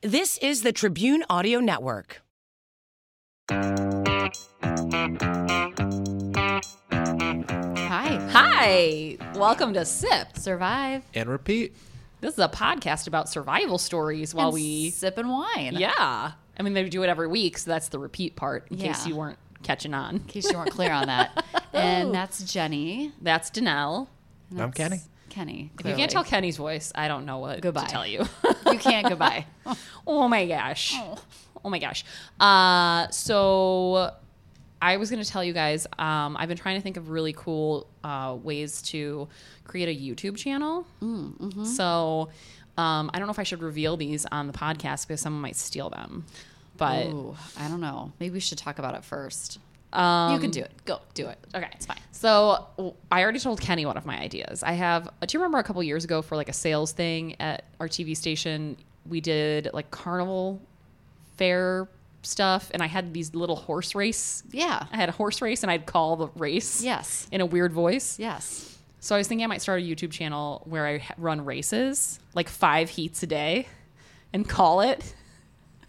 This is the Tribune Audio Network. Hi. Hi, welcome to Sip. Survive. and repeat. This is a podcast about survival stories while And we. sipping wine. Yeah. I mean, they do it every week, so that's the repeat part in case Yeah. you weren't catching on. In case you weren't clear on that. and that's Jenny. That's Danelle. And I'm that's Kenny. Kenny. If you can't tell Kenny's voce, I don't know what Goodbye. to tell you. you can't. Goodbye. oh my gosh. Oh, my gosh. Uh, so I was going to tell you guys um, I've been trying to think of really cool uh, ways to create a YouTube channel. So um, I don't know if I should reveal these on the podcast because someone might steal them. But Ooh, I don't know. Maybe we should talk about it first. Um, you can do it. Go do it. Okay, it's fine. So w- I already told Kenny one of my ideas. I have. uh, Do you remember a couple years ago for like a sales thing at our TV station? We did like carnival fair stuff, and I had these little horse race. Yeah. I had a horse race, and I'd call the race. Yes. In a weird voice. Yes. So I was thinking I might start a YouTube channel where I ha- run races, like five heats a day, and call it.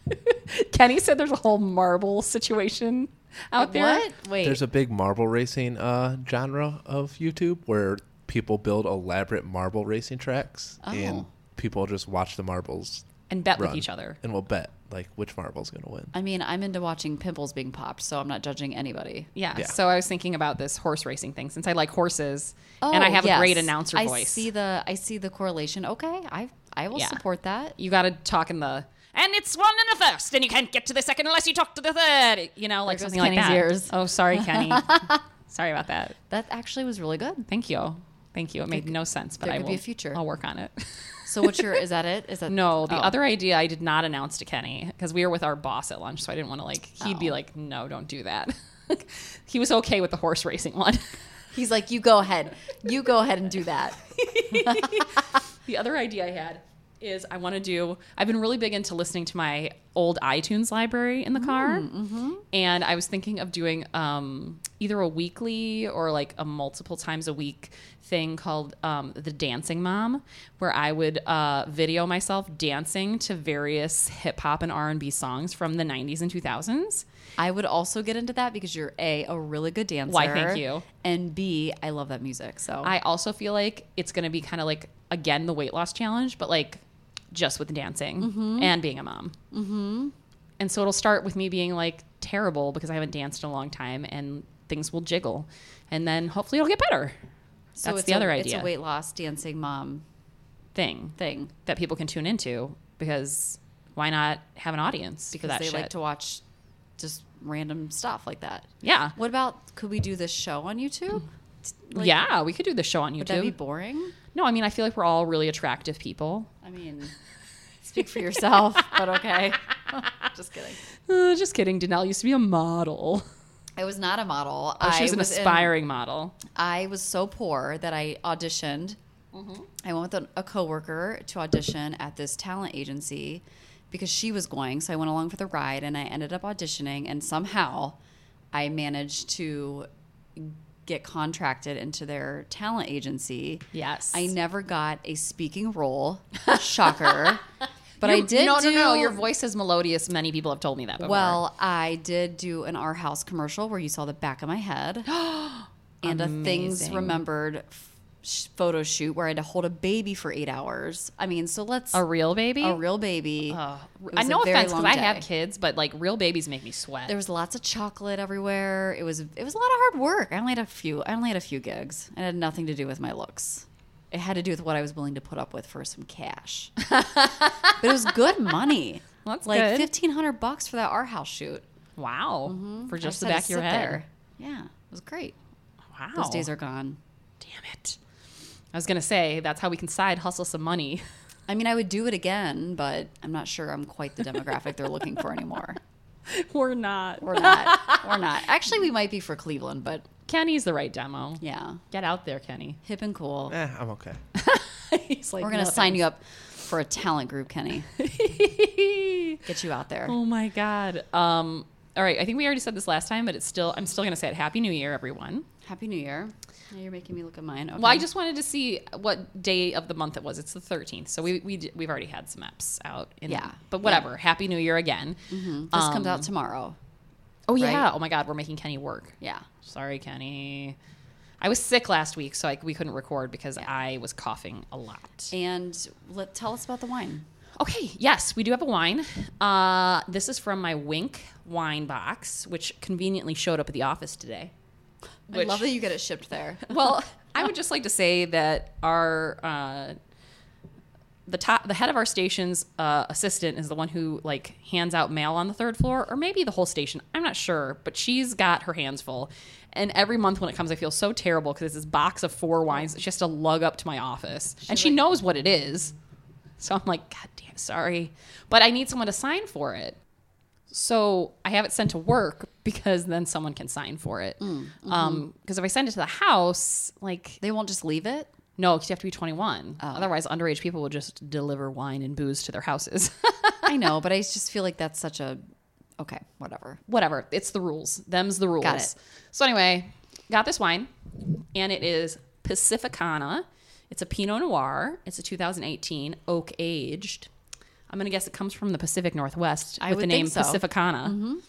Kenny said there's a whole marble situation out there. What? Wait. There's a big marble racing uh, genre of YouTube where people build elaborate marble racing tracks and Oh. people just watch the marbles And bet with run each other. and will bet like which marble's going to win. I mean, I'm into watching pimples being popped, so I'm not judging anybody. Yeah, Yeah. So I was thinking about this horse racing thing since I like horses and I have a great Oh, yes. announcer I voice. see the I see the correlation. Okay, I I will Yeah. support that. you got to talk in the and it's one and the first, and you can't get to the second unless you talk to the third. You know, like There goes something like Kenny's that. ears. Oh, sorry, Kenny. sorry about that. That actually was really good. Thank you. Thank you. It made no sense, but there I could will. be a future. I'll work on it. So what's your is that it? Is that no, the oh. other idea I did not announce to Kenny because we were with our boss at lunch, so I didn't want to like. He'd be Oh. like, "No, don't do that." he was okay with the horse racing one. He's like, you go ahead. You go ahead and do that. The other idea I had is I want to do. I've been really big into listening to my old iTunes library in the car, and I was thinking of doing um, either a weekly or like a multiple times a week thing called um, the Dancing Mom, where I would uh, video myself dancing to various hip hop and R and B songs from the '90s and 2000s. I would also get into that because you're a a really good dancer. Why, thank you. And B, I love that music. So I also feel like it's going to be kind of like again the weight loss challenge, but like just with dancing and being a mom. Mm-hmm. And so it'll start with me being like terrible because I haven't danced in a long time, and things will jiggle, and then hopefully it'll get better. so that's it's the a- other It's idea. a weight loss dancing mom Thing thing that people can tune into because why not have an audience for because that they shit? like to watch just random stuff like that. yeah, What about could we do this show on YouTube? Like, yeah, we could do this show on Would that be YouTube. boring? no, I mean I feel like we're all really attractive people. I mean, speak for yourself, but okay. just kidding. Uh, just kidding. Danelle used to be a model. I was not a model. Oh, she was an in- aspiring model. I was so poor that I auditioned. Mm-hmm. I went with a, a coworker to audition at this talent agency because she was going. So I went along for the ride and I ended up auditioning and somehow I managed to get contracted into their talent agency. Yes. I never got a speaking role. Shocker. But I You- did No, do no, no. Your voice is melodious. Many people have told me that. Before. Well, I did do an Our House commercial where you saw the back of my head and a Things Amazing. Remembered f- sh- photo shoot where I had to hold a baby for eight hours. I mean, so let's a a, real baby. real baby. It I was a no very offense because long I have day. kids, but like real babies make me sweat. There was lots of chocolate everywhere. It was it was a lot of hard work. I only had a few. I only had a few gigs. It had nothing to do with my looks. It had to do with what I was willing to put up with for some cash. but it was good money. Well, that's like good. fifteen hundred bucks for that our house shoot. wow, for Mm-hmm. I just the had to back of your sit head. Oh. there. Yeah, it was great. Wow, Those days are gone. Damn it! I was gonna say that's how we can side hustle some money. I mean, I would do it again, but I'm not sure I'm quite the demographic they're looking for anymore. We're not. We're not. We're not. Actually, we might be for Cleveland, but Kenny's the right demo. yeah, Get out there, Kenny. hip and cool. Eh, I'm okay. He's like, We're gonna "No, sign you up for a talent group, Kenny. Get you out there. Oh my god. Um all right, I think we already said this last time, but it's still I'm still going to say it. Happy New Year everyone. Happy New Year. Now you're making me look at mine. Okay. Well, I just wanted to see what day of the month it was. It's the 13th. So we, we d- we've already had some apps out. In, Yeah. But whatever. Happy New Year again. Um, this comes out tomorrow. Oh, yeah. right? Oh, my God. We're making Kenny work. Yeah. Sorry, Kenny. I was sick last week, so I, we couldn't record because I was coughing a lot. And let tell us about the wine. Okay, yes, we do have a wine. Uh, this is from my Wink wine box, which conveniently showed up at the office today. I Which- love that you get it shipped there. Well, I would just like to say that our uh, the top the head of our station's uh, assistant is the one who like hands out mail on the third floor, or maybe the whole station. I'm not sure, but she's got her hands full. And every month when it comes, I feel so terrible because it's this box of four wines that she has to lug up to my office, and she knows what it is. So I'm like, God damn, sorry, but I need someone to sign for it. So I have it sent to work because then someone can sign for it. Because if I send it to the house, like They won't just leave it. no, 'cause you have to be 21. Otherwise, underage people will just deliver wine and booze to their houses. I know, but I just feel like that's such a okay, whatever. Whatever. It's the rules. Them's the rules. it. So anyway, got this wine, and it is Pacificana. It's a Pinot Noir. It's a 2018 oak aged. I'm gonna guess it comes from the Pacific Northwest I with the would name think so. Mm-hmm. Pacificana.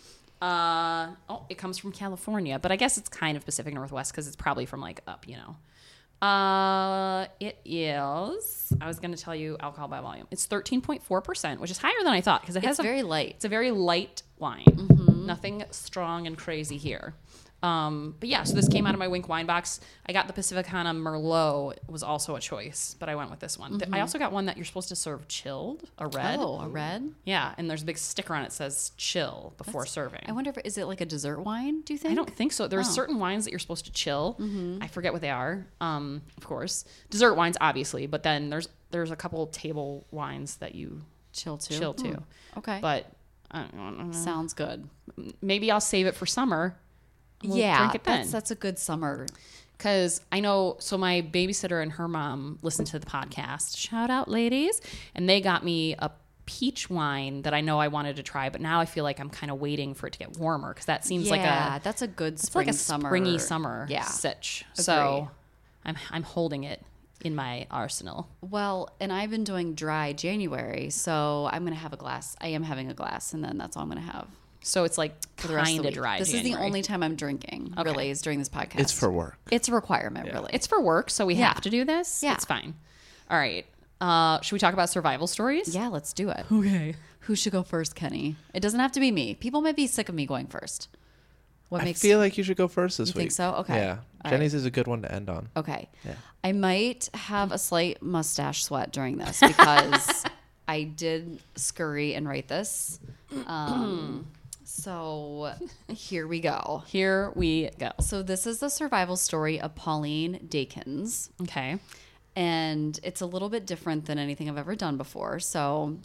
Uh, oh, it comes from California, but I guess it's kind of Pacific Northwest because it's probably from like up, you know. Uh, it is. I was going to tell you alcohol by volume. It's thirteen point four percent, which is higher than I thought because it has It's a very light. It's a very light wine. Mm-hmm. Nothing strong and crazy here. Um, but yeah, so this came out of my Wink wine box. I got the Pacificana Merlot was also a choice, but I went with this one. Th- I also got one that you're supposed to serve chilled, a red. Mm-hmm. Oh, a red. Yeah, and there's a big sticker on it that says chill before serving. I wonder Oh. if is it like a dessert wine? Do you think? I don't think so. There are certain wines that you're supposed to chill. Mm-hmm. I forget what they are. Um, of course, dessert wines, obviously, but then there's there's a couple table wines that you chill too. Hmm. chill to. Okay, But uh, I don't, I don't know. sounds good. maybe I'll save it for summer. and we'll yeah, drink it that's then. that's a good summer. Because I know, so my babysitter and her mom listened to the podcast. Shout out, ladies. And they got me a peach wine that I know I wanted to try, but now I feel like I'm kind of waiting for it to get warmer because that seems yeah, like a that's a good it's spring like a summer. springy summer Yeah. sitch. So I'm I'm holding it in my arsenal. Well, and I've been doing dry January, so I'm gonna have a glass. I am having a glass, and then that's all I'm gonna have So it's like for the rest of kind the of week. dry. This is the January. only time I'm drinking. Really, is during this podcast. It's for work. it's a requirement. Really, It's for work, so we have to do this. Yeah. It's fine. All right. Uh, should we talk about survival stories? yeah. Let's do it. Okay. Who should go first, Kenny? It doesn't have to be me. People might be sick of me going first. What I makes feel like you should go first this You week. think so? Okay. Yeah. All Oh. Jenny's is a good one to end on. Okay. I might have a slight mustache sweat during this because I did scurry and write this. Um, so here we go. Here we go. So this is the survival story of Pauline Dakins, Okay. and it's a little bit different than anything I've ever done before. So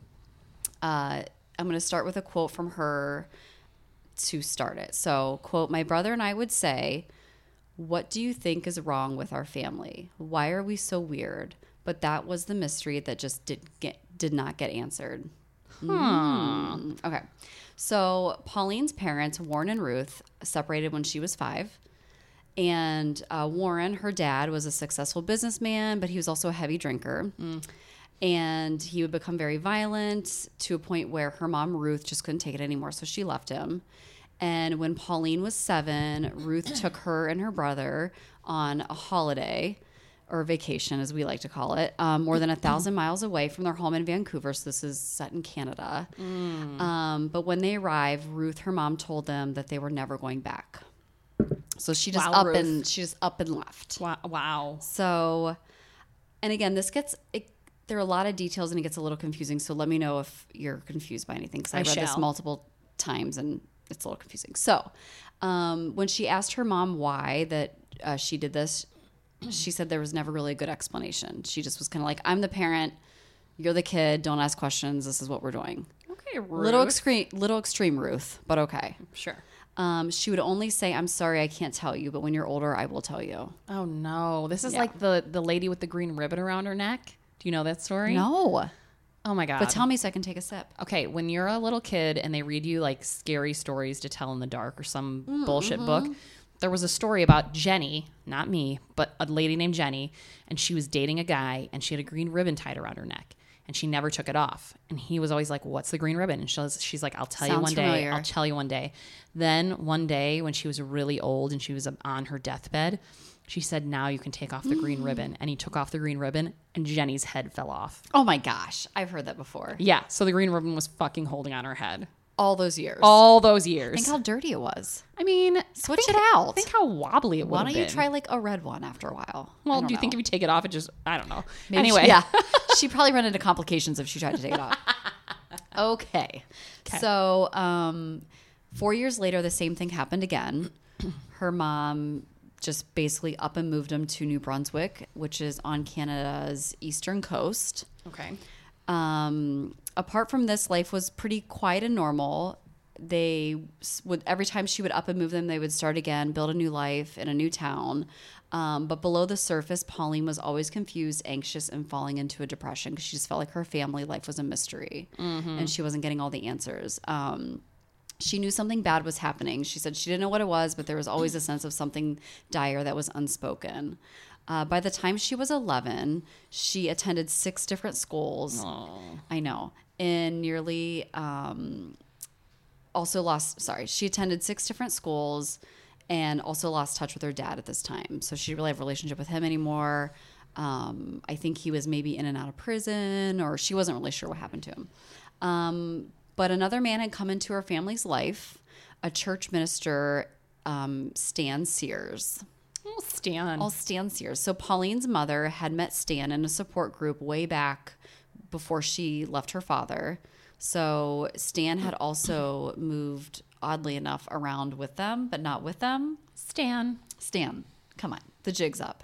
uh, I'm going to start with a quote from her to start it. So, quote, my brother and I would say, What do you think is wrong with our family? Why are we so weird? But that was the mystery that just did get did not get answered. Mm. Okay. So Pauline's parents, Warren and Ruth, separated when she was five. And uh, Warren, her dad, was a successful businessman, but he was also a heavy drinker. And he would become very violent to a point where her mom, Ruth, just couldn't take it anymore. So she left him. And when Pauline was seven, Ruth took her and her brother on a holiday or vacation, as we like to call it, um, more than a thousand miles away from their home in Vancouver. So this is set in Canada. Mm-hmm. Um, but when they arrived, Ruth, her mom, told them that they were never going back. So she just Wow, up Ruth. and she just up and left. Wow. wow. So, and again, this gets it, there are a lot of details and it gets a little confusing. So let me know if you're confused by anything because I, I read this shall. multiple times and it's a little confusing. So, um, when she asked her mom why that uh, she did this, she said there was never really a good explanation. She just was kind of like, "I'm the parent, you're the kid. Don't ask questions. This is what we're doing." Okay. Little Ruth. extreme, little extreme, Ruth, but okay. Sure. Um, she would only say, "I'm sorry, I can't tell you, but when you're older, I will tell you." Oh no! This is Yeah. like the the lady with the green ribbon around her neck. Do you know that story? No, Oh my god! but tell me so I can take a sip. okay, when you're Mm, mm-hmm. a little kid and they read you like scary stories to tell in the dark or some bullshit book, there was a story about Jenny, not me, but a lady named Jenny, and she was dating a guy and she had a green ribbon tied around her neck and she never took it off. And he was always like, "What's the green ribbon?" And she's she's like, "I'll tell you Sounds one day. familiar. I'll tell you one day." Then one day when she was really old and she was on her deathbed, she said, "Now you can take off the Mm. green ribbon." And he took off the green ribbon and Jenny's head fell off. Oh my gosh, I've heard that before. Yeah, so the green ribbon was fucking holding on her head All those years. all those years. Think how dirty it was. I mean, Switch think- it out. Think how wobbly it would Why don't have been. you try like a red one after a while? Well, I do don't you think know. if you take it off, it just I don't know. Maybe she- anyway, yeah, she probably ran into complications if she tried to take it off. okay. So, um, four years later, the same thing happened again. Her mom just basically up and moved them to New Brunswick, which is on Canada's eastern coast. Okay. Um, apart from this, life was pretty quiet and normal. They s- would every time she would up and move them, they would start again, build a new life in a new town. Um, but below the surface, Pauline was always confused, anxious, and falling into a depression because she just felt like her family life was a mystery and she wasn't getting all the answers. Um, she knew something bad was happening. She said she didn't know what it was, but there was always a sense of something dire that was unspoken. Uh, by the time she was 11, she attended six different schools. I know. And nearly um, also lost, sorry, she attended six different schools and also lost touch with her dad at this time. So she didn't really have a relationship with him anymore. Um, I think he was maybe in and out of prison or she wasn't really sure what happened to him. Um, but another man had come into her family's life, a church minister, um, Stan Sears. Oh, Stan. All Stan Sears. So Pauline's mother had met Stan in a support group way back before she left her father. So Stan had also moved, oddly enough, around with them, but not with them. Stan. Stan, come on, the jig's up.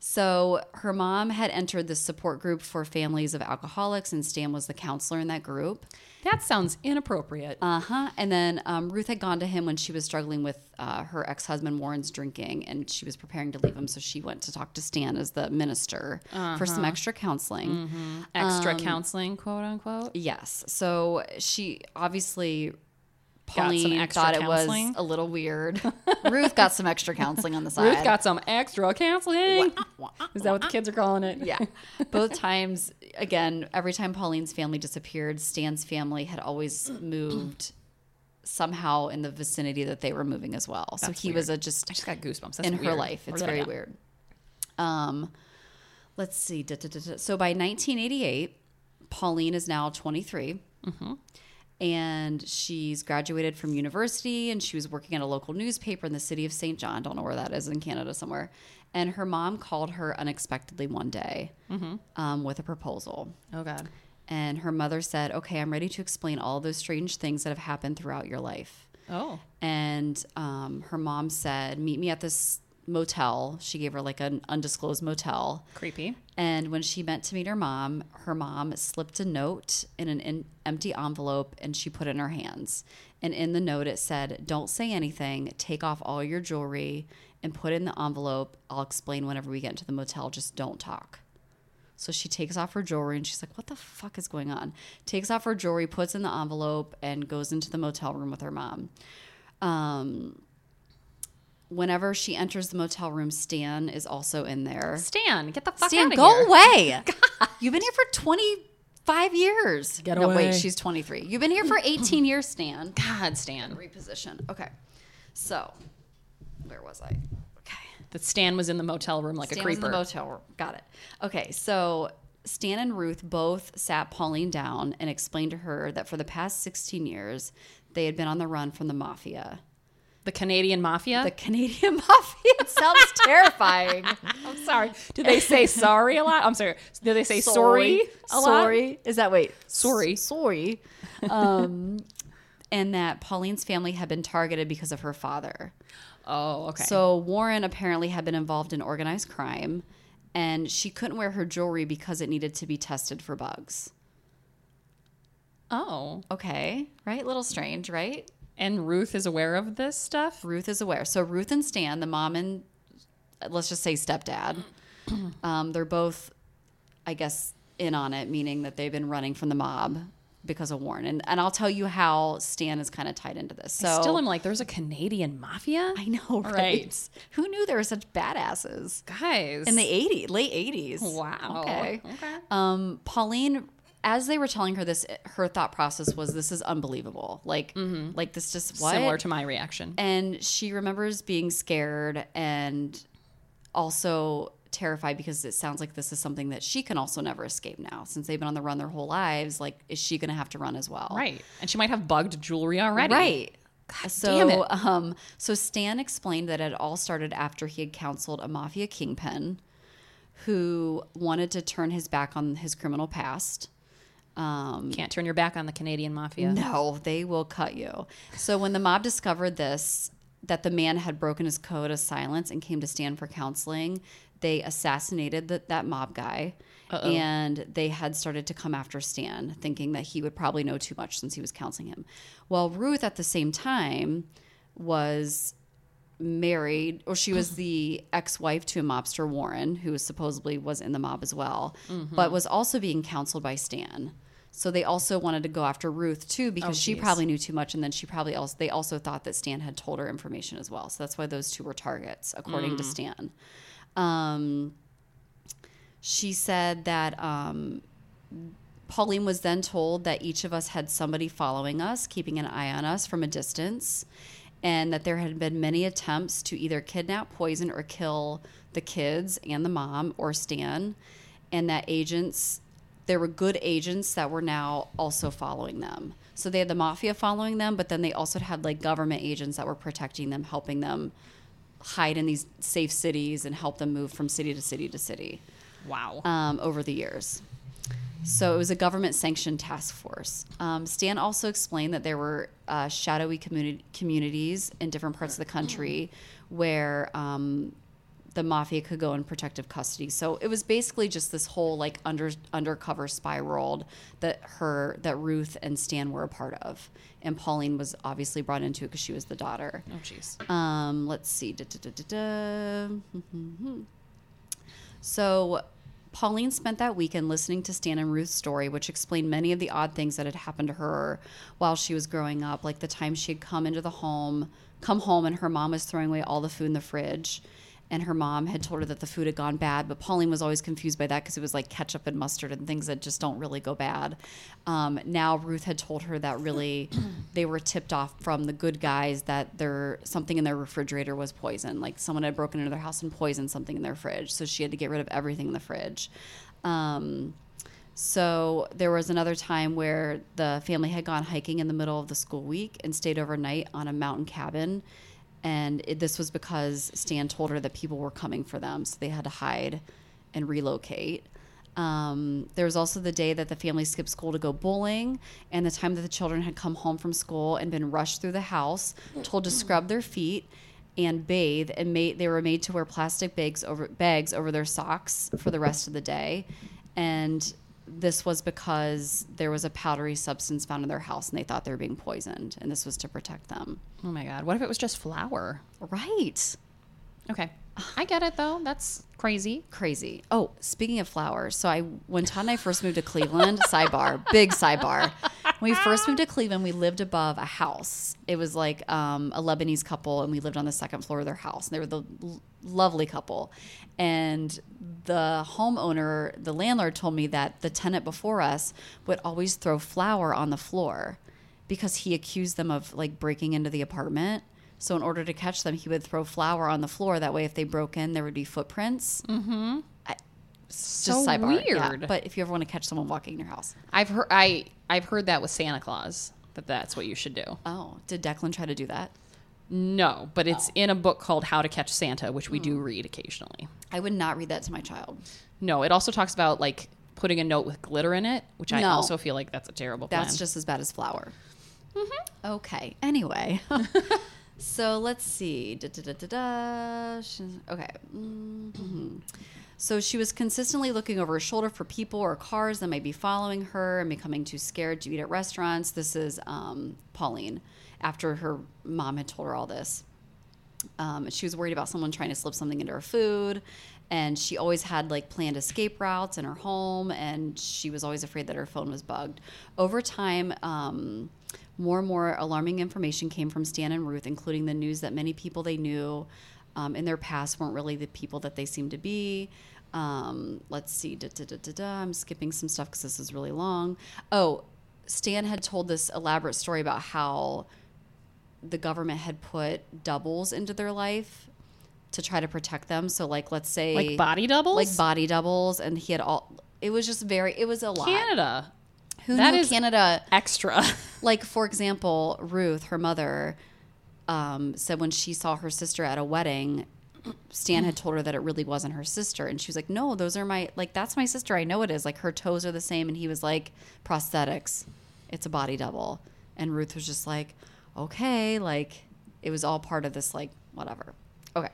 So her mom had entered this support group for families of alcoholics, and Stan was the counselor in that group. That sounds inappropriate. Uh huh. And then um, Ruth had gone to him when she was struggling with uh, her ex husband Warren's drinking, and she was preparing to leave him. So she went to talk to Stan as the minister for Uh-huh. some extra counseling. Mm-hmm. Extra counseling, quote unquote. Yes. So she obviously. some Pauline extra thought it counseling? was a little weird. Ruth got some extra counseling on the side. Ruth got some extra counseling. Is that what Uh, the kids are calling it? Yeah. Both times, again, every time Pauline's family disappeared, Stan's family had always moved somehow in the vicinity that they were moving as well. so he was a just, She's got goosebumps. That's in her weird. life. It's Or very yeah. weird. Um, let's see. Da, da, da, da. So by 1988, Pauline is now 23. Mm-hmm. And she's graduated from university and she was working at a local newspaper in the city of St. John. Don't know where that is in Canada somewhere. And her mom called her unexpectedly one day Mm-hmm. um, with a proposal. Oh God. And her mother said, Okay, I'm ready to explain all those strange things that have happened throughout your life Oh. and um, her mom said, "Meet me at this motel." She gave her like an undisclosed motel, Creepy. and when she meant to meet her mom, her mom slipped a note in an in- empty envelope and she put it in her hands. And in the note, it said, Don't say anything, take off all your jewelry and put it in the envelope. I'll explain whenever we get into the motel, just don't talk. So she takes off her jewelry and she's like, What the fuck is going on? Takes off her jewelry, puts in the envelope, and goes into the motel room with her mom. Um, whenever she enters the motel room, Stan is also in there. Stan, get the fuck Stan, out of go here. away. You've been here for 25 years. Get no, away. wait, she's 23. You've been here for 18 years, Stan. God, Stan. Reposition. Okay. So, where was I? Okay. That Stan was in the motel room like a Stan was in creeper. the motel room. Got it. Okay, so Stan and Ruth both sat Pauline down and explained to her that for the past 16 years, they had been on the run from the mafia. The Canadian mafia. The Canadian mafia. It sounds terrifying. I'm sorry. Did they say sorry a lot? I'm sorry. Did they say sorry, a lot? Sorry. Is that wait? Sorry. Sorry. Um, and that Pauline's family had been targeted because of her father. Oh, okay. So Warren apparently had been involved in organized crime, and she couldn't wear her jewelry because it needed to be tested for bugs. oh. Okay, right? Little strange, right? And Ruth is aware of this stuff. Ruth is aware. So Ruth and Stan, the mom and uh, let's just say stepdad, um, they're both, I guess, in on it, meaning that they've been running from the mob because of Warren. And and I'll tell you how Stan is kind of tied into this. So I still am like, there's a Canadian mafia? I know, right? right. Who knew there were such badasses Guys. in the 80s, late 80s? Wow. Okay. Okay. Um, Pauline, as they were telling her this, her thought process was, "This is unbelievable. Like, like this just what?" Mm-hmm. Similar to my reaction. and she remembers being scared and also terrified because it sounds like this is something that she can also never escape now since they've been on the run their whole lives like is she going to have to run as well right. And she might have bugged jewelry already. Right. so, damn it. um, so Stan explained that it all started after he had counseled a mafia kingpin who wanted to turn his back on his criminal past. Can't turn your back on the Canadian mafia. No, Oh, they will cut you. So when the mob discovered this, that the man had broken his code of silence and came to Stan for counseling, they assassinated the, that mob guy. And they had started to come after Stan, thinking that he would probably know too much since he was counseling him. While Ruth, at the same time, was married or she was the ex-wife to a mobster warren who was supposedly was in the mob as well but was also being counseled by stan so they also wanted to go after ruth too because she probably knew too much and then she probably also they also thought that stan had told her information as well so that's why those two were targets according to stan um, she said that um, Pauline was then told that each of us had somebody following us, keeping an eye on us from a distance, and that there had been many attempts to either kidnap, poison, or kill the kids and the mom or Stan, and that agents, there were good agents that were now also following them. So they had the mafia following them, but then they also had like government agents that were protecting them, helping them hide in these safe cities and help them move from city to city to city Wow. um, over the years. So it was a government sanctioned task force. Um, Stan also explained that there were uh, shadowy communi- communities in different parts of the country where um, the mafia could go in protective custody. So it was basically just this whole like under undercover spy world that her that Ruth and Stan were a part of, and Pauline was obviously brought into it because she was the daughter. oh, jeez. Um, let's see. Da, da, da, da, da. so, Pauline spent that weekend listening to Stan and Ruth's story, which explained many of the odd things that had happened to her while she was growing up, like the time she had come into the home, come home, and her mom was throwing away all the food in the fridge. And her mom had told her that the food had gone bad, but Pauline was always confused by that because it was like ketchup and mustard and things that just don't really go bad. Um, now Ruth had told her that really they were tipped off from the good guys that their something in their refrigerator was poison. Like someone had broken into their house and poisoned something in their fridge, so she had to get rid of everything in the fridge. Um, so there was another time where the family had gone hiking in the middle of the school week and stayed overnight on a mountain cabin. And it, this was because Stan told her that people were coming for them, so they had to hide and relocate. Um, there was also the day that the family skipped school to go bowling, and the time that the children had come home from school and been rushed through the house, told to scrub their feet and bathe, and made, they were made to wear plastic bags over bags over their socks for the rest of the day. And this was because there was a powdery substance found in their house, and they thought they were being poisoned, and this was to protect them. Oh, my God. What if it was just flour? Right. Okay. I get it, though. That's crazy. crazy. Oh, speaking of flowers, so I when Todd and I first moved to Cleveland, sidebar, big sidebar. When we first moved to Cleveland, we lived above a house. It was like um, a Lebanese couple, and we lived on the second floor of their house. And they were the l- lovely couple, and the homeowner, the landlord, told me that the tenant before us would always throw flour on the floor because he accused them of like breaking into the apartment. So in order to catch them, he would throw flour on the floor. That way, if they broke in, there would be footprints. Mm-hmm. I, it's just So sidebar. yeah. weird. But if you ever want to catch someone walking in your house, I've heard, I, I've heard that with Santa Claus, that that's what you should do. oh, did Declan try to do that? No, but it's in a book called How to Catch Santa, which we Hmm. do read occasionally. I would not read that to my child. No, it also talks about like putting a note with glitter in it, which I No. also feel like that's a terrible plan. That's just as bad as flour. Mm-hmm. Okay. Anyway, so let's see. Da, da, da, da, da. She- Okay. Mhm. So she was consistently looking over her shoulder for people or cars that might be following her and becoming too scared to eat at restaurants. This is um, Pauline after her mom had told her all this. Um, she was worried about someone trying to slip something into her food and she always had like planned escape routes in her home and she was always afraid that her phone was bugged over time um, more and more alarming information came from stan and ruth including the news that many people they knew um, in their past weren't really the people that they seemed to be um, let's see da, da, da, da, da. i'm skipping some stuff because this is really long oh stan had told this elaborate story about how the government had put doubles into their life to try to protect them. So like let's say Like body doubles? like body doubles, and he had all. It was just very. It was a lot. Canada. Who that knew is- Canada? Extra. Like for example, Ruth, her mother, um, said when she saw her sister at a wedding. Stan had told her that it really wasn't her sister, and she was like, "No, those are my like that's my sister. I know it is. Like her toes are the same." And he was like, "Prosthetics, it's a body double." And Ruth was just like, "Okay," like it was all part of this like whatever. Okay,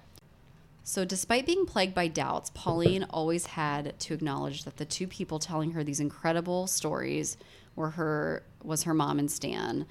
so, despite being plagued by doubts, Pauline always had to acknowledge that the two people telling her these incredible stories were her was her mom and Stan,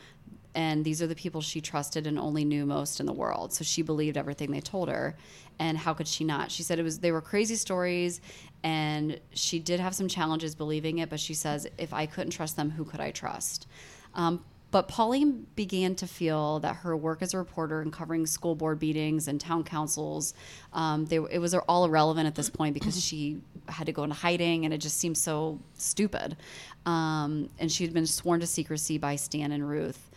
and these are the people she trusted and only knew most in the world. So she believed everything they told her, and how could she not? She said it was they were crazy stories, and she did have some challenges believing it. But she says, if I couldn't trust them, who could I trust? Um, but Pauline began to feel that her work as a reporter and covering school board meetings and town councils, um, they, it was all irrelevant at this point because she had to go into hiding and it just seemed so stupid. Um, and she had been sworn to secrecy by Stan and Ruth.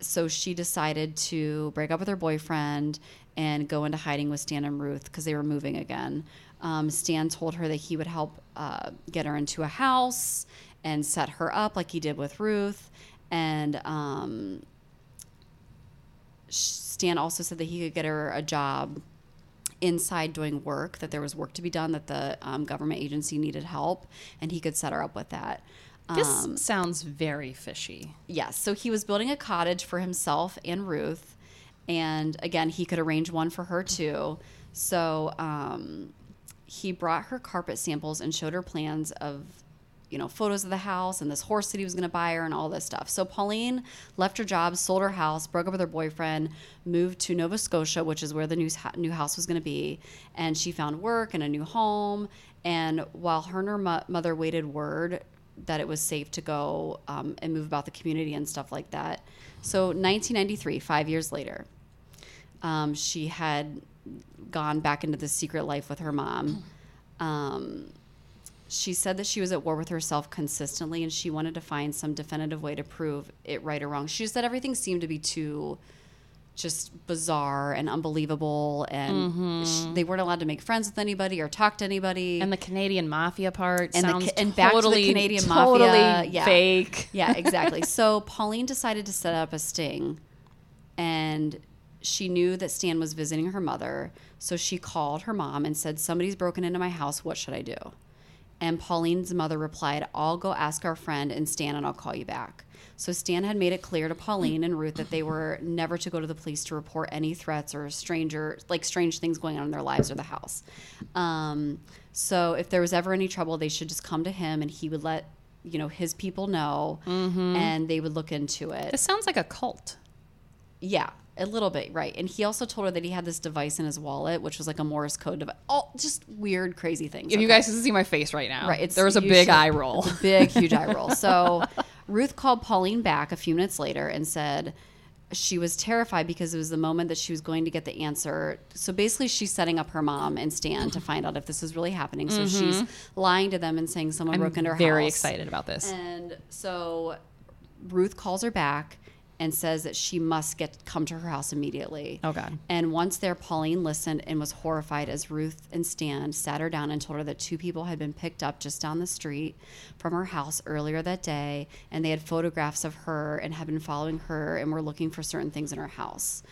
So she decided to break up with her boyfriend and go into hiding with Stan and Ruth because they were moving again. Um, Stan told her that he would help uh, get her into a house and set her up like he did with Ruth. And um, sh- Stan also said that he could get her a job inside doing work, that there was work to be done, that the um, government agency needed help, and he could set her up with that. this sounds very fishy. Yes. So he was building a cottage for himself and Ruth. And again, he could arrange one for her too. So um, he brought her carpet samples and showed her plans of, you know, photos of the house and this horse that he was going to buy her and all this stuff. So Pauline left her job, sold her house, broke up with her boyfriend, moved to Nova Scotia, which is where the new, new house was going to be. And she found work and a new home. And while her and her mo- mother waited word that it was safe to go um, and move about the community and stuff like that. So 1993, five years later, um, she had gone back into the secret life with her mom. Um, she said that she was at war with herself consistently and she wanted to find some definitive way to prove it right or wrong. She just said everything seemed to be too just bizarre and unbelievable and sh they weren't allowed to make friends with anybody or talk to anybody. Mm-hmm. And the Canadian mafia part And the sounds ca- and totally, back to the Canadian mafia, totally yeah. fake. yeah, exactly. so Pauline decided to set up a sting, and she knew that Stan was visiting her mother. So she called her mom and said, "Somebody's broken into my house. What should I do?" And Pauline's mother replied, "I'll go ask our friend and Stan, and I'll call you back." So Stan had made it clear to Pauline and Ruth that they were never to go to the police to report any threats or stranger, like strange things going on in their lives or the house. Um, so if there was ever any trouble, they should just come to him, and he would let you know his people know and they would look into it This sounds like a cult. yeah a little bit right and he also told her that he had this device in his wallet which was like a morse code device all just weird crazy things If you guys can see my face right now, Right, it's- there was a you big should- eye roll. It's a big, huge eye roll. So Ruth called Pauline back a few minutes later and said she was terrified because it was the moment that she was going to get the answer. So basically, she's setting up her mom and Stan to find out if this is really happening. So she's lying to them and saying someone broke into her house. Mm-hmm. very excited about this. And so Ruth calls her back and says that she must get come to her house immediately. Oh, God. And once there, Pauline listened and was horrified as Ruth and Stan sat her down and told her that two people had been picked up just down the street from her house earlier that day, and they had photographs of her and had been following her and were looking for certain things in her house.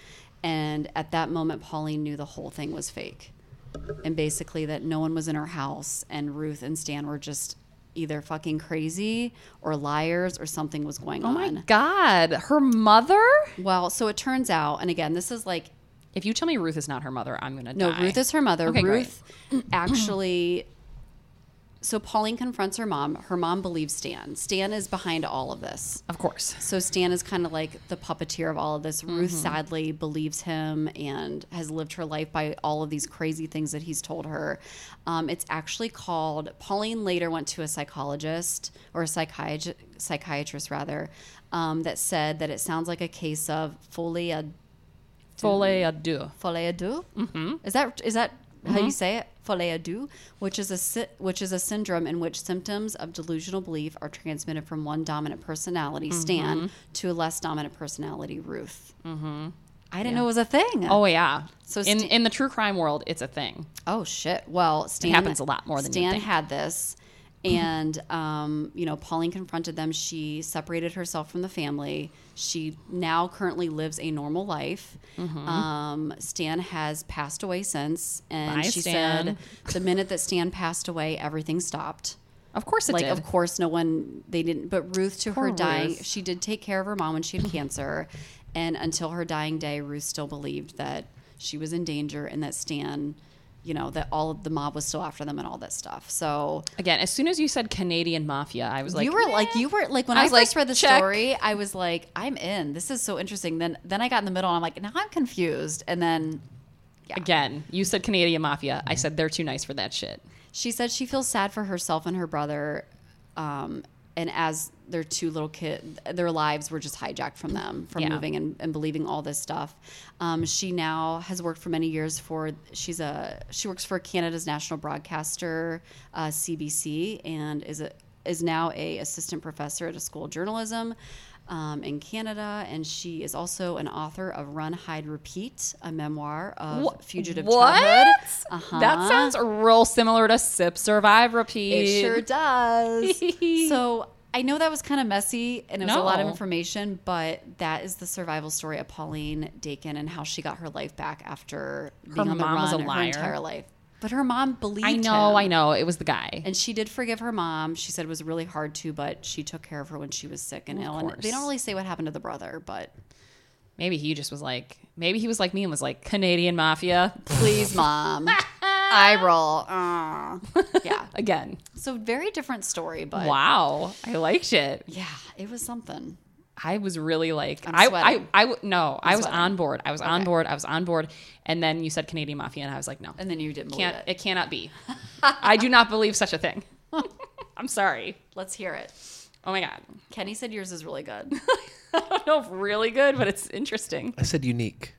And at that moment, Pauline knew the whole thing was fake and basically that no one was in her house and Ruth and Stan were just either fucking crazy or liars or something was going oh on. my god, her mother? Well, so it turns out, and again, this is like If you tell me Ruth is not her mother, I'm gonna no, die. Ruth is her mother. Okay, great. Ruth actually So Pauline confronts her mom. Her mom believes Stan. Stan is behind all of this. Of course. So Stan is kind of like the puppeteer of all of this. Ruth sadly believes him and has lived her life by all of these crazy things that he's told her. Um, it's actually called. Pauline later went to a psychologist or a psychiatrist, psychiatrist rather, um, that said that it sounds like a case of folia Folie à deux. folie à deux. Mm-hmm. Is that is that how you say it? Folie à deux, which is a sy- which is a syndrome in which symptoms of delusional belief are transmitted from one dominant personality, Stan, to a less dominant personality, Ruth. Mm-hmm. I didn't know it was a thing. Oh yeah. So So in st- in the true crime world, it's a thing. Oh shit! Well, Stan happens a lot more than you Stan think. had this, and um, you know, Pauline confronted them. She separated herself from the family. She now currently lives a normal life. Mm-hmm. Um, Stan has passed away since, and Bye, she Stan. said the minute that Stan passed away, everything stopped. Of course it Like, did. of course, no one they didn't. But Ruth, to Poor her dying, Ruth. she did take care of her mom when she had cancer, and until her dying day, Ruth still believed that she was in danger and that Stan, you know, that all of the mob was still after them and all that stuff. So Again, as soon as you said Canadian mafia, I was like, you were "Nah." like, you were like, when I I, was first like, read the check. story, I was like, I'm in. This is so interesting. Then then I got in the middle, and I'm like, now I'm confused. And then again. You said Canadian mafia. I said they're too nice for that shit. She said she feels sad for herself and her brother, um, and as their two little kid, their lives were just hijacked from them from Yeah. moving and, and believing all this stuff. Um, she now has worked for many years for she's a she works for Canada's national broadcaster uh, CBC and is a is now a assistant professor at a school of journalism um, in Canada, and she is also an author of Run, Hide, Repeat, a memoir of Wha- fugitive what? childhood. Uh-huh. That sounds real similar to sip, survive, repeat. It sure does. so I know that was kind of messy and it was a lot of No. information, but that is the survival story of Pauline Dakin and how she got her life back after being on the mom run was a her liar. entire life. But her mom believed. I know, him. I know. It was the guy. And she did forgive her mom. She said it was really hard to, but she took care of her when she was sick and ill. And they don't course. really say what happened to the brother, but Maybe he just was like, maybe he was like me and was like Canadian mafia please, mom, I roll. Aw. yeah. again. So very different story, but Wow, I liked it. yeah, it was something. I was really like, I'm I, I, sweating. I, w- no, i was sweating. on board. I was on Okay. board. I was on board. And then you said Canadian mafia, and I was like, no, And then you didn't believe can't, it. it cannot be. I do not believe such a thing. I'm sorry. Let's hear it. Oh my god, Kenny said yours is really good. I don't know if really good, but it's interesting. I said unique.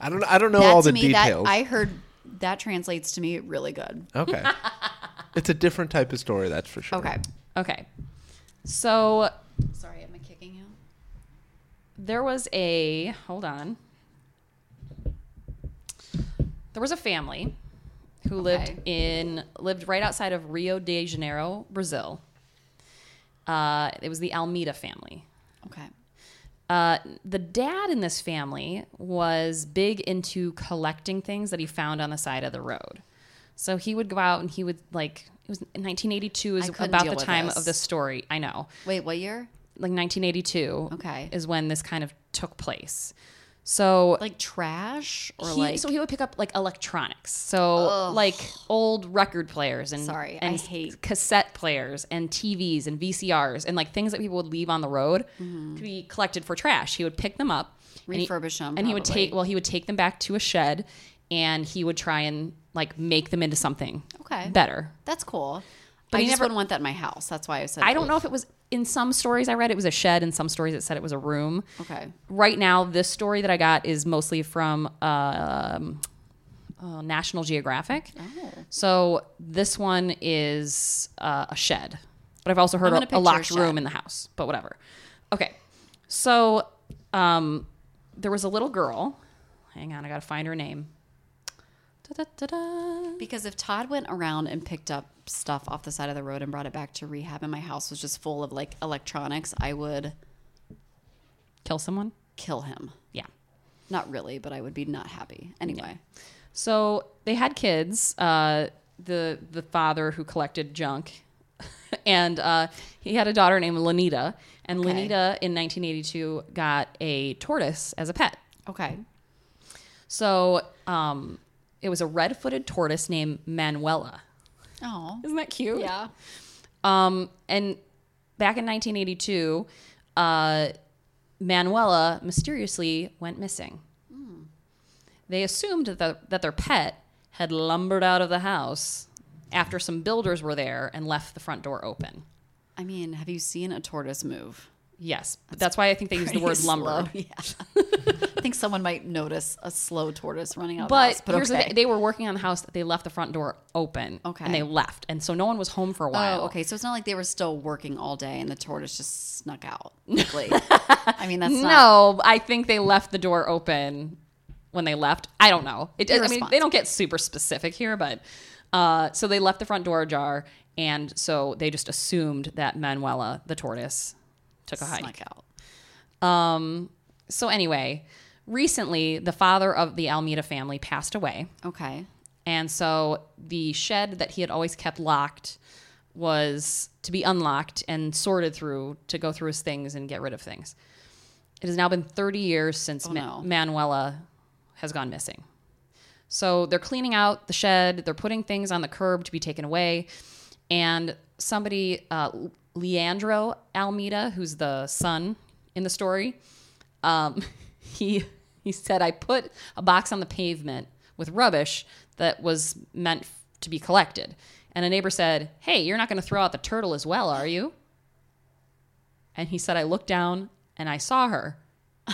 I don't. I don't know that all to the me, details. that I heard that translates to me really good. Okay. it's a different type of story, that's for sure. Okay. Okay, so Sorry, am I kicking you? there was a hold on. There was a family who lived Okay. in lived right outside of Rio de Janeiro, Brazil. Uh, it was the Almeida family. Okay. Uh, the dad in this family was big into collecting things that he found on the side of the road. So he would go out and he would like it was 1982 I is couldn't about deal the with time this. of the story. I know, Wait, what year? like 1982. Okay. is when this kind of took place. So Like trash or he, like? so he would pick up like electronics so like old record players and Sorry, I and hate- cassette players and tvs and vcrs and like things that people would leave on the road to be collected for trash he would pick them up and he- Refurbish 'em, and he would probably. take well he would take them back to a shed and he would try and like make them into something Okay. better That's cool. But I he just never- wouldn't want that in my house. That's why I said. i don't know if it was in some stories i read it was a shed in some stories it said it was a room Okay. right now this story that i got is mostly from um, uh, national geographic Oh. so this one is uh, a shed but i've also heard I'm gonna a, a picture a locked shed. room in the house but whatever okay so um, there was a little girl hang on i gotta find her name Da-da-da-da. Because if Todd went around and picked up stuff off the side of the road and brought it back to rehab, and my house was just full of like electronics, I would kill someone kill him. yeah Not really, but I would be not happy anyway. So they had kids. Uh, the the father who collected junk, and uh, he had a daughter named Lanita. And Okay. Lanita in 1982 got a tortoise as a pet. Okay. So um, it was a red footed tortoise named Manuela. Oh. Isn't that cute? Yeah. Um, and back in 1982, uh, Manuela mysteriously went missing. Hmm. They assumed that, the, that their pet had lumbered out of the house after some builders were there and left the front door open. I mean, have you seen a tortoise move? Yes, but that's why I think they used the word Pretty slow, lumber. Yeah. I think someone might notice a slow tortoise running out of the But, house, but here's the okay. thing, they were working on the house. They left the front door open, Okay. and they left, and so no one was home for a while. Oh, okay. So it's not like they were still working all day and the tortoise just snuck out quickly. I mean, that's not. No, I think they left the door open when they left. I don't know. It, I mean, they don't get super specific here, but uh, so they left the front door ajar, and so they just assumed that Manuela, the tortoise, took a hike. Snuck out. So anyway, recently the father of the Almeida family passed away, Okay. and so the shed that he had always kept locked was to be unlocked and sorted through to go through his things and get rid of things. It has now been 30 years since Ma- no. Manuela has gone missing. So they're cleaning out the shed, they're putting things on the curb to be taken away. And somebody, uh, Leandro Almeida, who's the son in the story, um, he, he said, I put a box on the pavement with rubbish that was meant f- to be collected. And a neighbor said, Hey, you're not going to throw out the turtle as well, are you? And he said, I looked down and I saw her.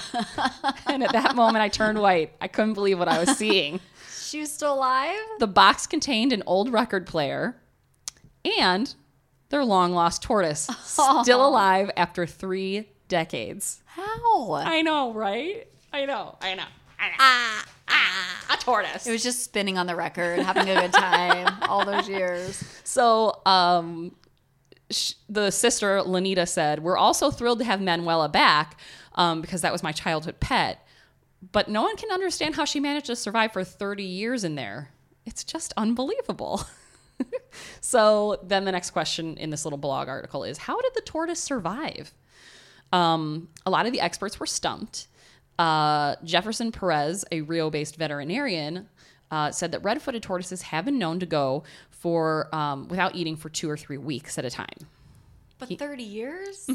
and at that moment, I turned white. I couldn't believe what I was seeing. She was still alive? The box contained an old record player and their long lost tortoise, still alive after three decades. How? I know, right? I know, I know. I know. ah. a tortoise. it was just spinning on the record, having a good time all those years. So, um, sh- the sister Lanita said, "We're also thrilled to have Manuela back um, because that was my childhood pet, but no one can understand how she managed to survive for 30 years in there. It's just unbelievable." so then the next question in this little blog article is, "How did the tortoise survive?" Um, a lot of the experts were stumped. Uh, Jefferson Perez, a Rio based veterinarian, uh, said that red footed tortoises have been known to go for um, without eating for two or three weeks at a time. But 30 years?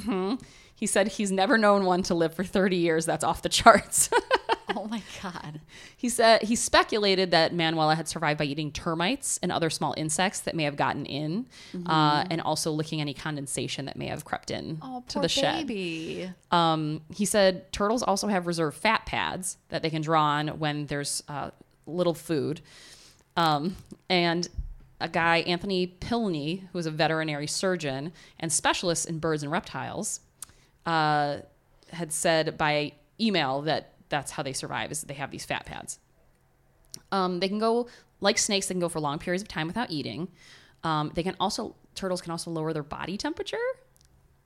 He said he's never known one to live for 30 years. That's off the charts. Oh my God. he said he speculated that Manuela had survived by eating termites and other small insects that may have gotten in, Mm-hmm. uh, and also licking any condensation that may have crept in Oh, to poor the shed. baby. Um, he said turtles also have reserved fat pads that they can draw on when there's uh, little food. Um, and a guy, Anthony Pilney, who is a veterinary surgeon and specialist in birds and reptiles, uh, had said by email that that's how they survive is that they have these fat pads. Um, they can go like snakes. They can go for long periods of time without eating. Um, they can also turtles can also lower their body temperature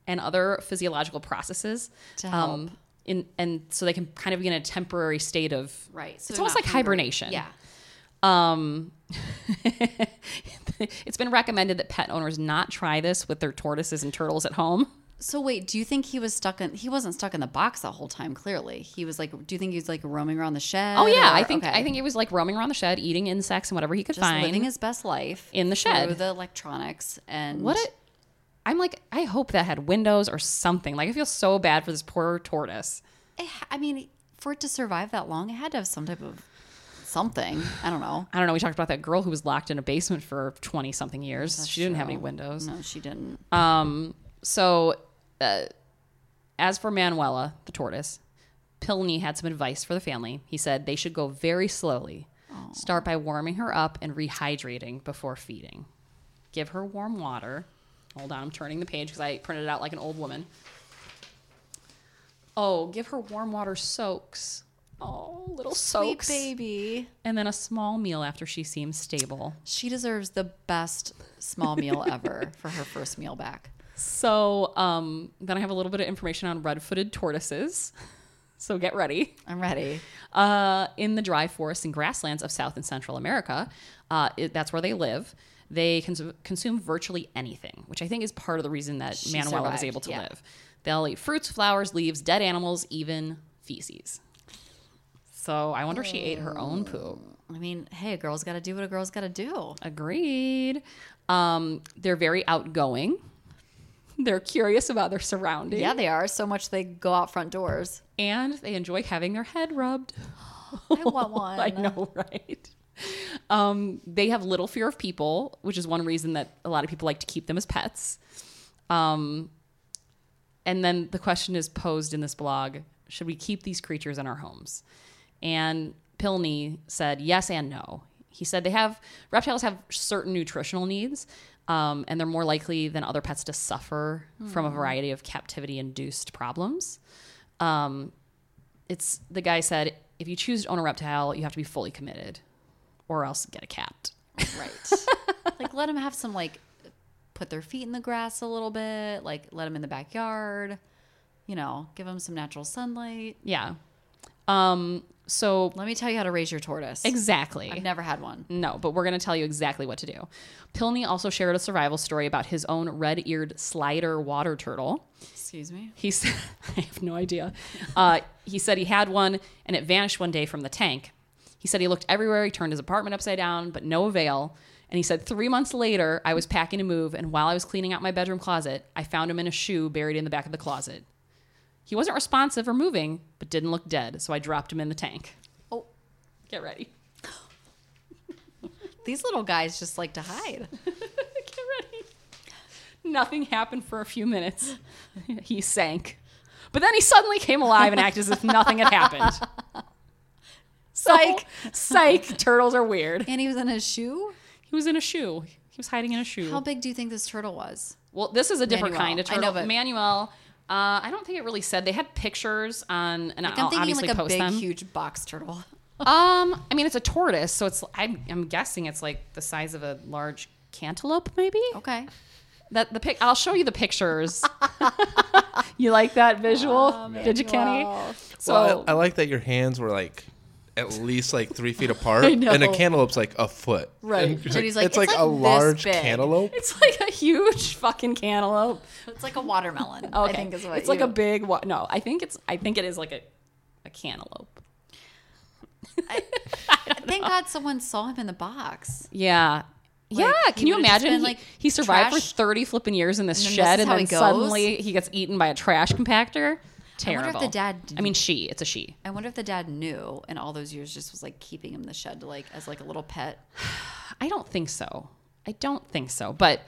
and other physiological processes To help. Um, in, and so they can kind of be in a temporary state of Right. So it's they're almost not like hungry. hibernation. Yeah. Um, it's been recommended that pet owners not try this with their tortoises and turtles at home. So wait, do you think he was stuck in? He wasn't stuck in the box the whole time. Clearly, he was like. Do you think he was like roaming around the shed? Oh yeah, or- I think okay. I think he was like roaming around the shed, eating insects and whatever he could just find. living his best life in the shed. through the electronics and What a, I'm like, I hope that had windows or something. Like, I feel so bad for this poor tortoise. It ha- I mean, for it to survive that long, it had to have some type of something. I don't know. I don't know. We talked about that girl who was locked in a basement for 20 something years. she didn't have any windows. No, she didn't. Uh, So, uh, as for Manuela, the tortoise, Pilney had some advice for the family. He said they should go very slowly. Start by warming her up and rehydrating before feeding. Give her warm water. Hold on, I'm turning the page because I printed it out like an old woman. Oh, give her warm water soaks. Oh, little soaks. baby. And then a small meal after she seems stable. She deserves the best small meal ever for her first meal back. So um, then I have a little bit of information on red footed tortoises. So get ready. I'm ready. uh, in the dry forests and grasslands of South and Central America. Uh, it, that's where they live. They cons- consume virtually anything, which I think is part of the reason that Manuela was survived, able to yeah. live. They'll eat fruits, flowers, leaves, dead animals, even feces. So I wonder if she ate her own Oh. poo. I mean, hey, a girl's got to do what a girl's got to do. Agreed. Um, they're very outgoing. They're curious about their surroundings. Yeah, they are so much they go out front doors. And they enjoy having their head rubbed. I want one. Oh, I know, right? Um, they have little fear of people, which is one reason that a lot of people like to keep them as pets. Um, and then the question is posed in this blog should we keep these creatures in our homes? And Pilney said yes and no. He said they have reptiles have certain nutritional needs, um, and they're more likely than other pets to suffer from a variety of captivity induced problems it's the guy said if you choose to own a reptile you have to be fully committed or else get a cat Right. like let them have some like put their feet in the grass a little bit, like let them in the backyard. You know, give them some natural sunlight. yeah um so Let me tell you how to raise your tortoise. exactly I've never had one. no but we're going to tell you exactly what to do pilney also shared a survival story about his own red-eared slider water turtle Excuse me. He said, I have no idea. Uh, he said he had one and it vanished one day from the tank. He said he looked everywhere. He turned his apartment upside down, but no avail. And he said, three months later, I was packing to move. And while I was cleaning out my bedroom closet, I found him in a shoe buried in the back of the closet. He wasn't responsive or moving, but didn't look dead. So I dropped him in the tank. Oh, Get ready. these little guys just like to hide. Get ready. Nothing happened for a few minutes. he sank. But then he suddenly came alive and acted as if nothing had happened. Psych. Psych. Psych. Turtles are weird. And he was in his shoe. He was in a shoe. He was hiding in a shoe. How big do you think this turtle was? well, this is a different Manuel. kind of I turtle. know, but- Manuel, uh, I don't think it really said. They had pictures on, and Like, I'll I'm thinking obviously like a post big, them. huge box turtle. um, I mean, it's a tortoise, so it's. I'm, I'm guessing it's like the size of a large cantaloupe, maybe. Okay. That the pic. I'll show you the pictures. Oh, you like that visual? Did you, Kenny? So Oh. well, I, I like that your hands were like at least like three feet apart, and a cantaloupe's like a foot. Right. And And he's like, "It's it's like, like a this large big." cantaloupe. it's like a huge fucking cantaloupe. It's like a watermelon. I Okay. think is what it's like a you- big wa- no. I think it's. I think it is like a, a cantaloupe. Thank God someone saw him in the box. Yeah. yeah, Like, can he you would've just been, imagine? he, like, he survived trash- for thirty flipping years in this And then this shed, is and how then he goes? suddenly he gets eaten by a trash compactor. I wonder Terrible. if the dad I mean, she. It's a she. I wonder if the dad knew and all those years just was like keeping him in the shed to like as like a little pet. I don't think so. I don't think so. But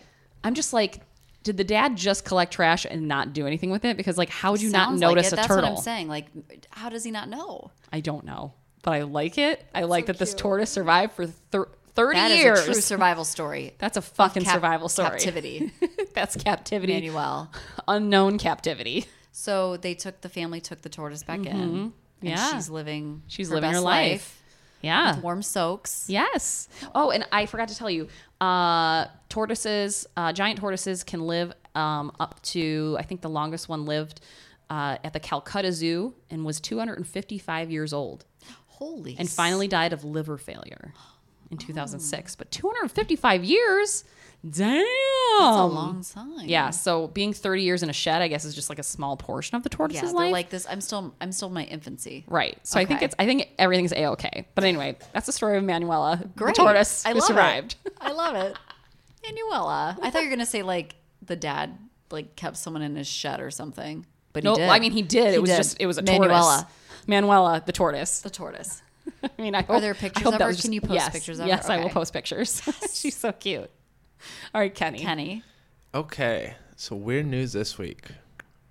I'm just like, did the dad just collect trash and not do anything with it? Because like, how would you not Sounds notice like it. a That's turtle? what I'm saying. Like how does he not know? I don't know, but I like it. I like that this tortoise survived for thir- 30 That is years. a true survival story. That's a fucking Cap- survival story. Captivity. That's captivity. Manuel. Unknown captivity. So they took the family took the tortoise back in. And Mm-hmm. Yeah. she's living She's her living her best life. Yeah. with warm soaks. Yes. Oh, and I forgot to tell you, uh, tortoises, uh, giant tortoises can live um, up to, I think the longest one lived uh, at the Calcutta Zoo and was 255 years old Holy and finally died of liver failure in 2006. But 255 years? Damn. that's Oh. a long time. um, Yeah, so being 30 years in a shed, I guess, is just like a small portion of the Yeah, tortoise's they're life. like this. I'm still, I'm still in my infancy. Right. So I think Okay. it's I think everything's a okay. But anyway, that's the story of Manuela, Great. the tortoise I who love it. survived. I love it. Manuela. I thought you were gonna say like the dad like kept someone in his shed or something, but No, he did. I mean he did. He it was did. just it was a Manuela. tortoise. Manuela, the tortoise. the tortoise. I mean, I hope, there I pictures hope of that her? was just- Can you post yes, pictures of her? Yes, I will Okay. post pictures. She's so cute. All right, Kenny. Kenny. Okay, so weird news this week.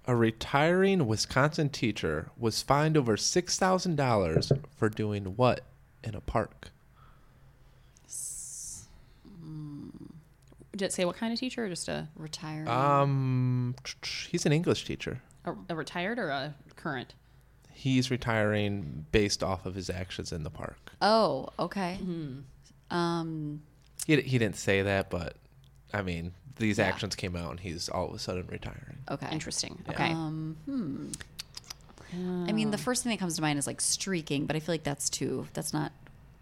A retiring Wisconsin teacher was fined over six thousand dollars for doing what in a park? Did it say what kind of teacher? Or just a, Retired. Um, tch, tch, he's an English teacher. a a retired or a current? He's retiring based off of his actions in the park. oh, okay. Mm-hmm. Um, He he didn't say that, but I mean, these actions came out, and he's all of a sudden retiring. okay. Um, Interesting. Okay. I mean, the first thing that comes to mind is like streaking, but I feel like that's too. That's not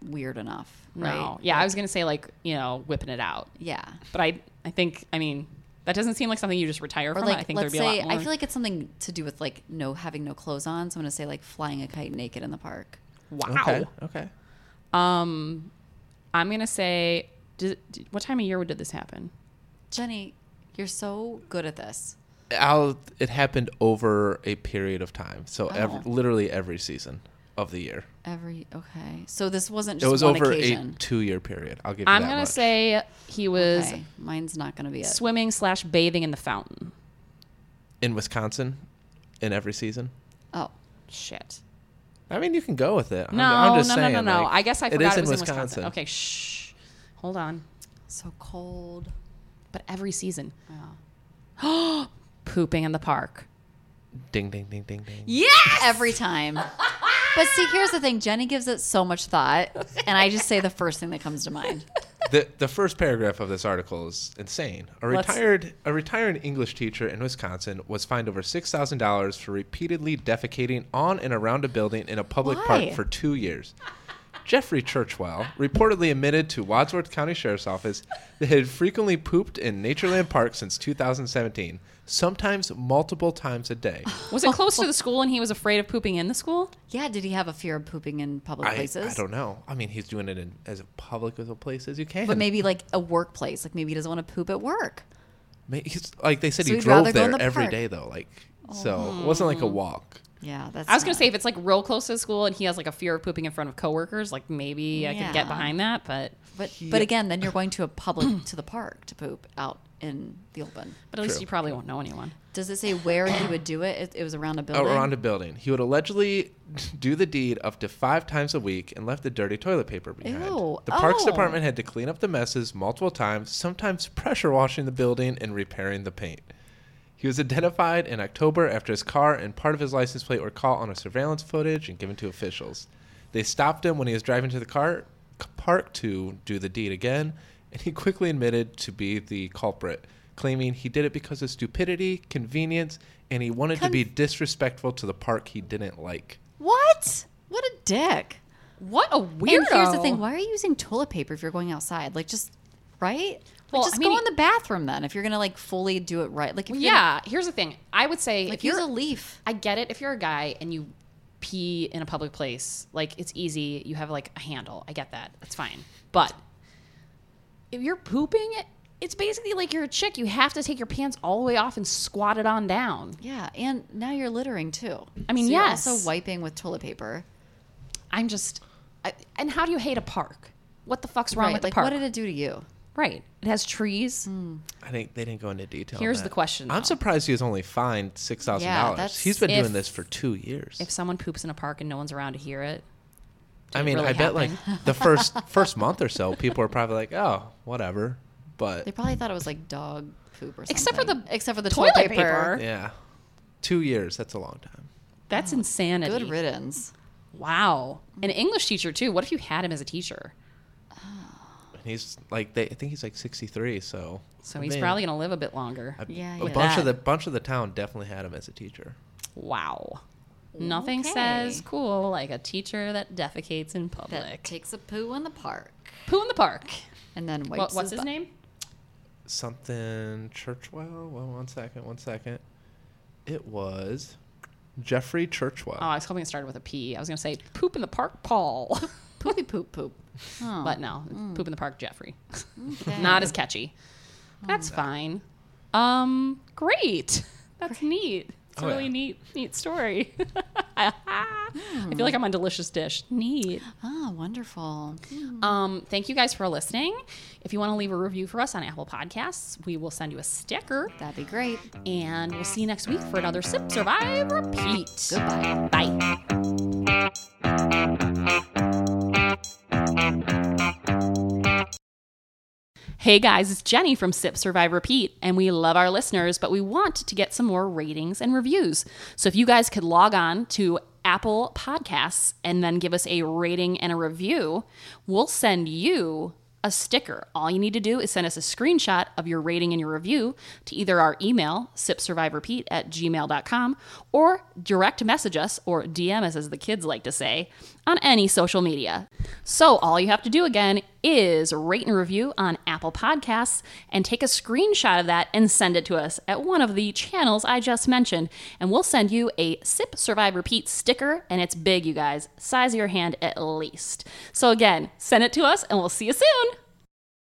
weird enough, right? No. Yeah, I was gonna say like you know whipping it out, Yeah. but I I think I mean that doesn't seem like something you just retire Or from. like, I think let's there'd be say, a lot more. I feel like it's something to do with like no having no clothes on. So I'm gonna say like flying a kite naked in the park. Wow. Okay. Okay. I'm gonna say, did, did- what time of year did this happen? Jenny, you're so good at this. I'll, it happened over a period of time, so Oh. ev- literally every season of the year. Every okay, so this wasn't It just was one over occasion. a two-year period. I'll give you I'm that gonna much. say he was Okay, mine's not gonna be it. swimming slash bathing in the fountain. in Wisconsin, in every season. oh, Shit. I mean, you can go with it. I'm, No, I'm just no, saying, no, no, no. like, I guess I it forgot is it, was in in Wisconsin. Okay, shh. Hold on. so cold. But every season. Pooping in the park. Ding, ding, ding, ding, ding. Yes, every time. But see, here's the thing. Jenny gives it so much thought, and I just say the first thing that comes to mind. the the first paragraph of this article is insane. A Let's- retired a retired English teacher in Wisconsin was fined over six thousand dollars for repeatedly defecating on and around a building in a public Why? park for two years. Jeffrey Churchwell reportedly admitted to Wadsworth County Sheriff's Office that he had frequently pooped in Natureland Park since 2017, sometimes multiple times a day. Oh, Was it close to the school and he was afraid of pooping in the school? Yeah, did he have a fear of pooping in public I, I places? don't know. I mean, he's doing it in as public of a place as you can. But maybe like a workplace. Like maybe he doesn't want to poop at work. Ma- He's, like they said, So he he'd drove rather go in there the every park. Oh. day though. Like, so it wasn't like a walk. Yeah, that's. I was gonna not- say if it's like real close to the school and he has like a fear of pooping in front of coworkers, like maybe I could Yeah. get behind that. But But but again, then you're going to a public to the park to poop out in the open. but at least True. you probably won't know anyone. Does it say where he would do it? It, it was around a building. Around a building, he would allegedly do the deed up to five times a week and left the dirty toilet paper behind. Ew. The Parks Oh. Department had to clean up the messes multiple times, sometimes pressure washing the building and repairing the paint. He was identified in October after his car and part of his license plate were caught on a surveillance footage and given to officials. They stopped him when he was driving to the car park to do the deed again, and he quickly admitted to be the culprit, claiming he did it because of stupidity, convenience, and he wanted to be disrespectful to the park he didn't like. what? What a dick. What a weirdo! And here's the thing: Why are you using toilet paper if you're going outside? Like, just right? Like, Well, just I mean- go in the bathroom then if you're gonna like fully do it right. Like, if you're gonna- Yeah, here's the thing. I would say like if you're use a leaf. I get it if you're a guy and you pee in a public place, like it's easy. You have like a handle. I get that. It's fine. But if you're pooping, it's basically like you're a chick. You have to take your pants all the way off and squat it on down. Yeah, and now you're littering too. I mean, so you're yes. also wiping with toilet paper. I'm just. I, and how do you hate a park? What the fuck's wrong right. with like, the park? what did it Mm. do to you? right. It has trees. I think they didn't go into detail. on Here's that. the question, I'm though. surprised he was only fined six thousand Yeah, dollars. that's- He's been if- doing this for two years. If someone poops in a park and no one's around to hear it, I mean, really I bet like the first first month or so, people are probably like, "Oh, whatever," but They probably thought it was like dog poop or something. Except for the except for the toilet toilet, paper. paper. yeah, two years—that's a long time. that's insanity. Oh. Good riddance. Wow. An English teacher, too. What if you had him as a teacher? And he's like, they, I think he's like sixty-three, so So I he's mean, probably going to live a bit longer. a, Yeah, yeah. a bunch That. of the bunch of the town definitely had him as a teacher. Wow. Nothing Okay. says cool like a teacher that defecates in That public. takes a poo in the park Poo in the park. and then wipes. What, what's his butt. name? Something Churchwell. Well, one second, one second. It was Jeffrey Churchwell. Oh, I was hoping it started with a P. I was going to say poop in the park, Paul. Poopy poop poop. Oh. but no, poop in the park, Jeffrey. Okay. Oh. Not as catchy. That's fine. Um, great. That's neat. It's Oh, a really yeah. neat, neat story. Hmm. I feel like I'm on Delicious Dish. Neat. Ah, wonderful. Um, thank you guys for listening. If you want to leave a review for us on Apple Podcasts, we will send you a sticker. That'd be great. And we'll see you next week for another Sip, Survive, Repeat. Goodbye. Bye. Hey guys, it's Jenny from Sip Survive Repeat, and we love our listeners, but we want to get some more ratings and reviews. So if you guys could log on to Apple Podcasts and then give us a rating and a review, we'll send you a sticker. All you need to do is send us a screenshot of your rating and your review to either our email, sipsurviverepeat at gmail.com, or direct message us, or DM us as the kids like to say, on any social media. So all you have to do again is rate and review on Apple Podcasts and take a screenshot of that and send it to us at one of the channels I just mentioned. And we'll send you a Sip Survive Repeat sticker, and it's big, you guys, size of your hand at least. So, again, send it to us, and we'll see you soon.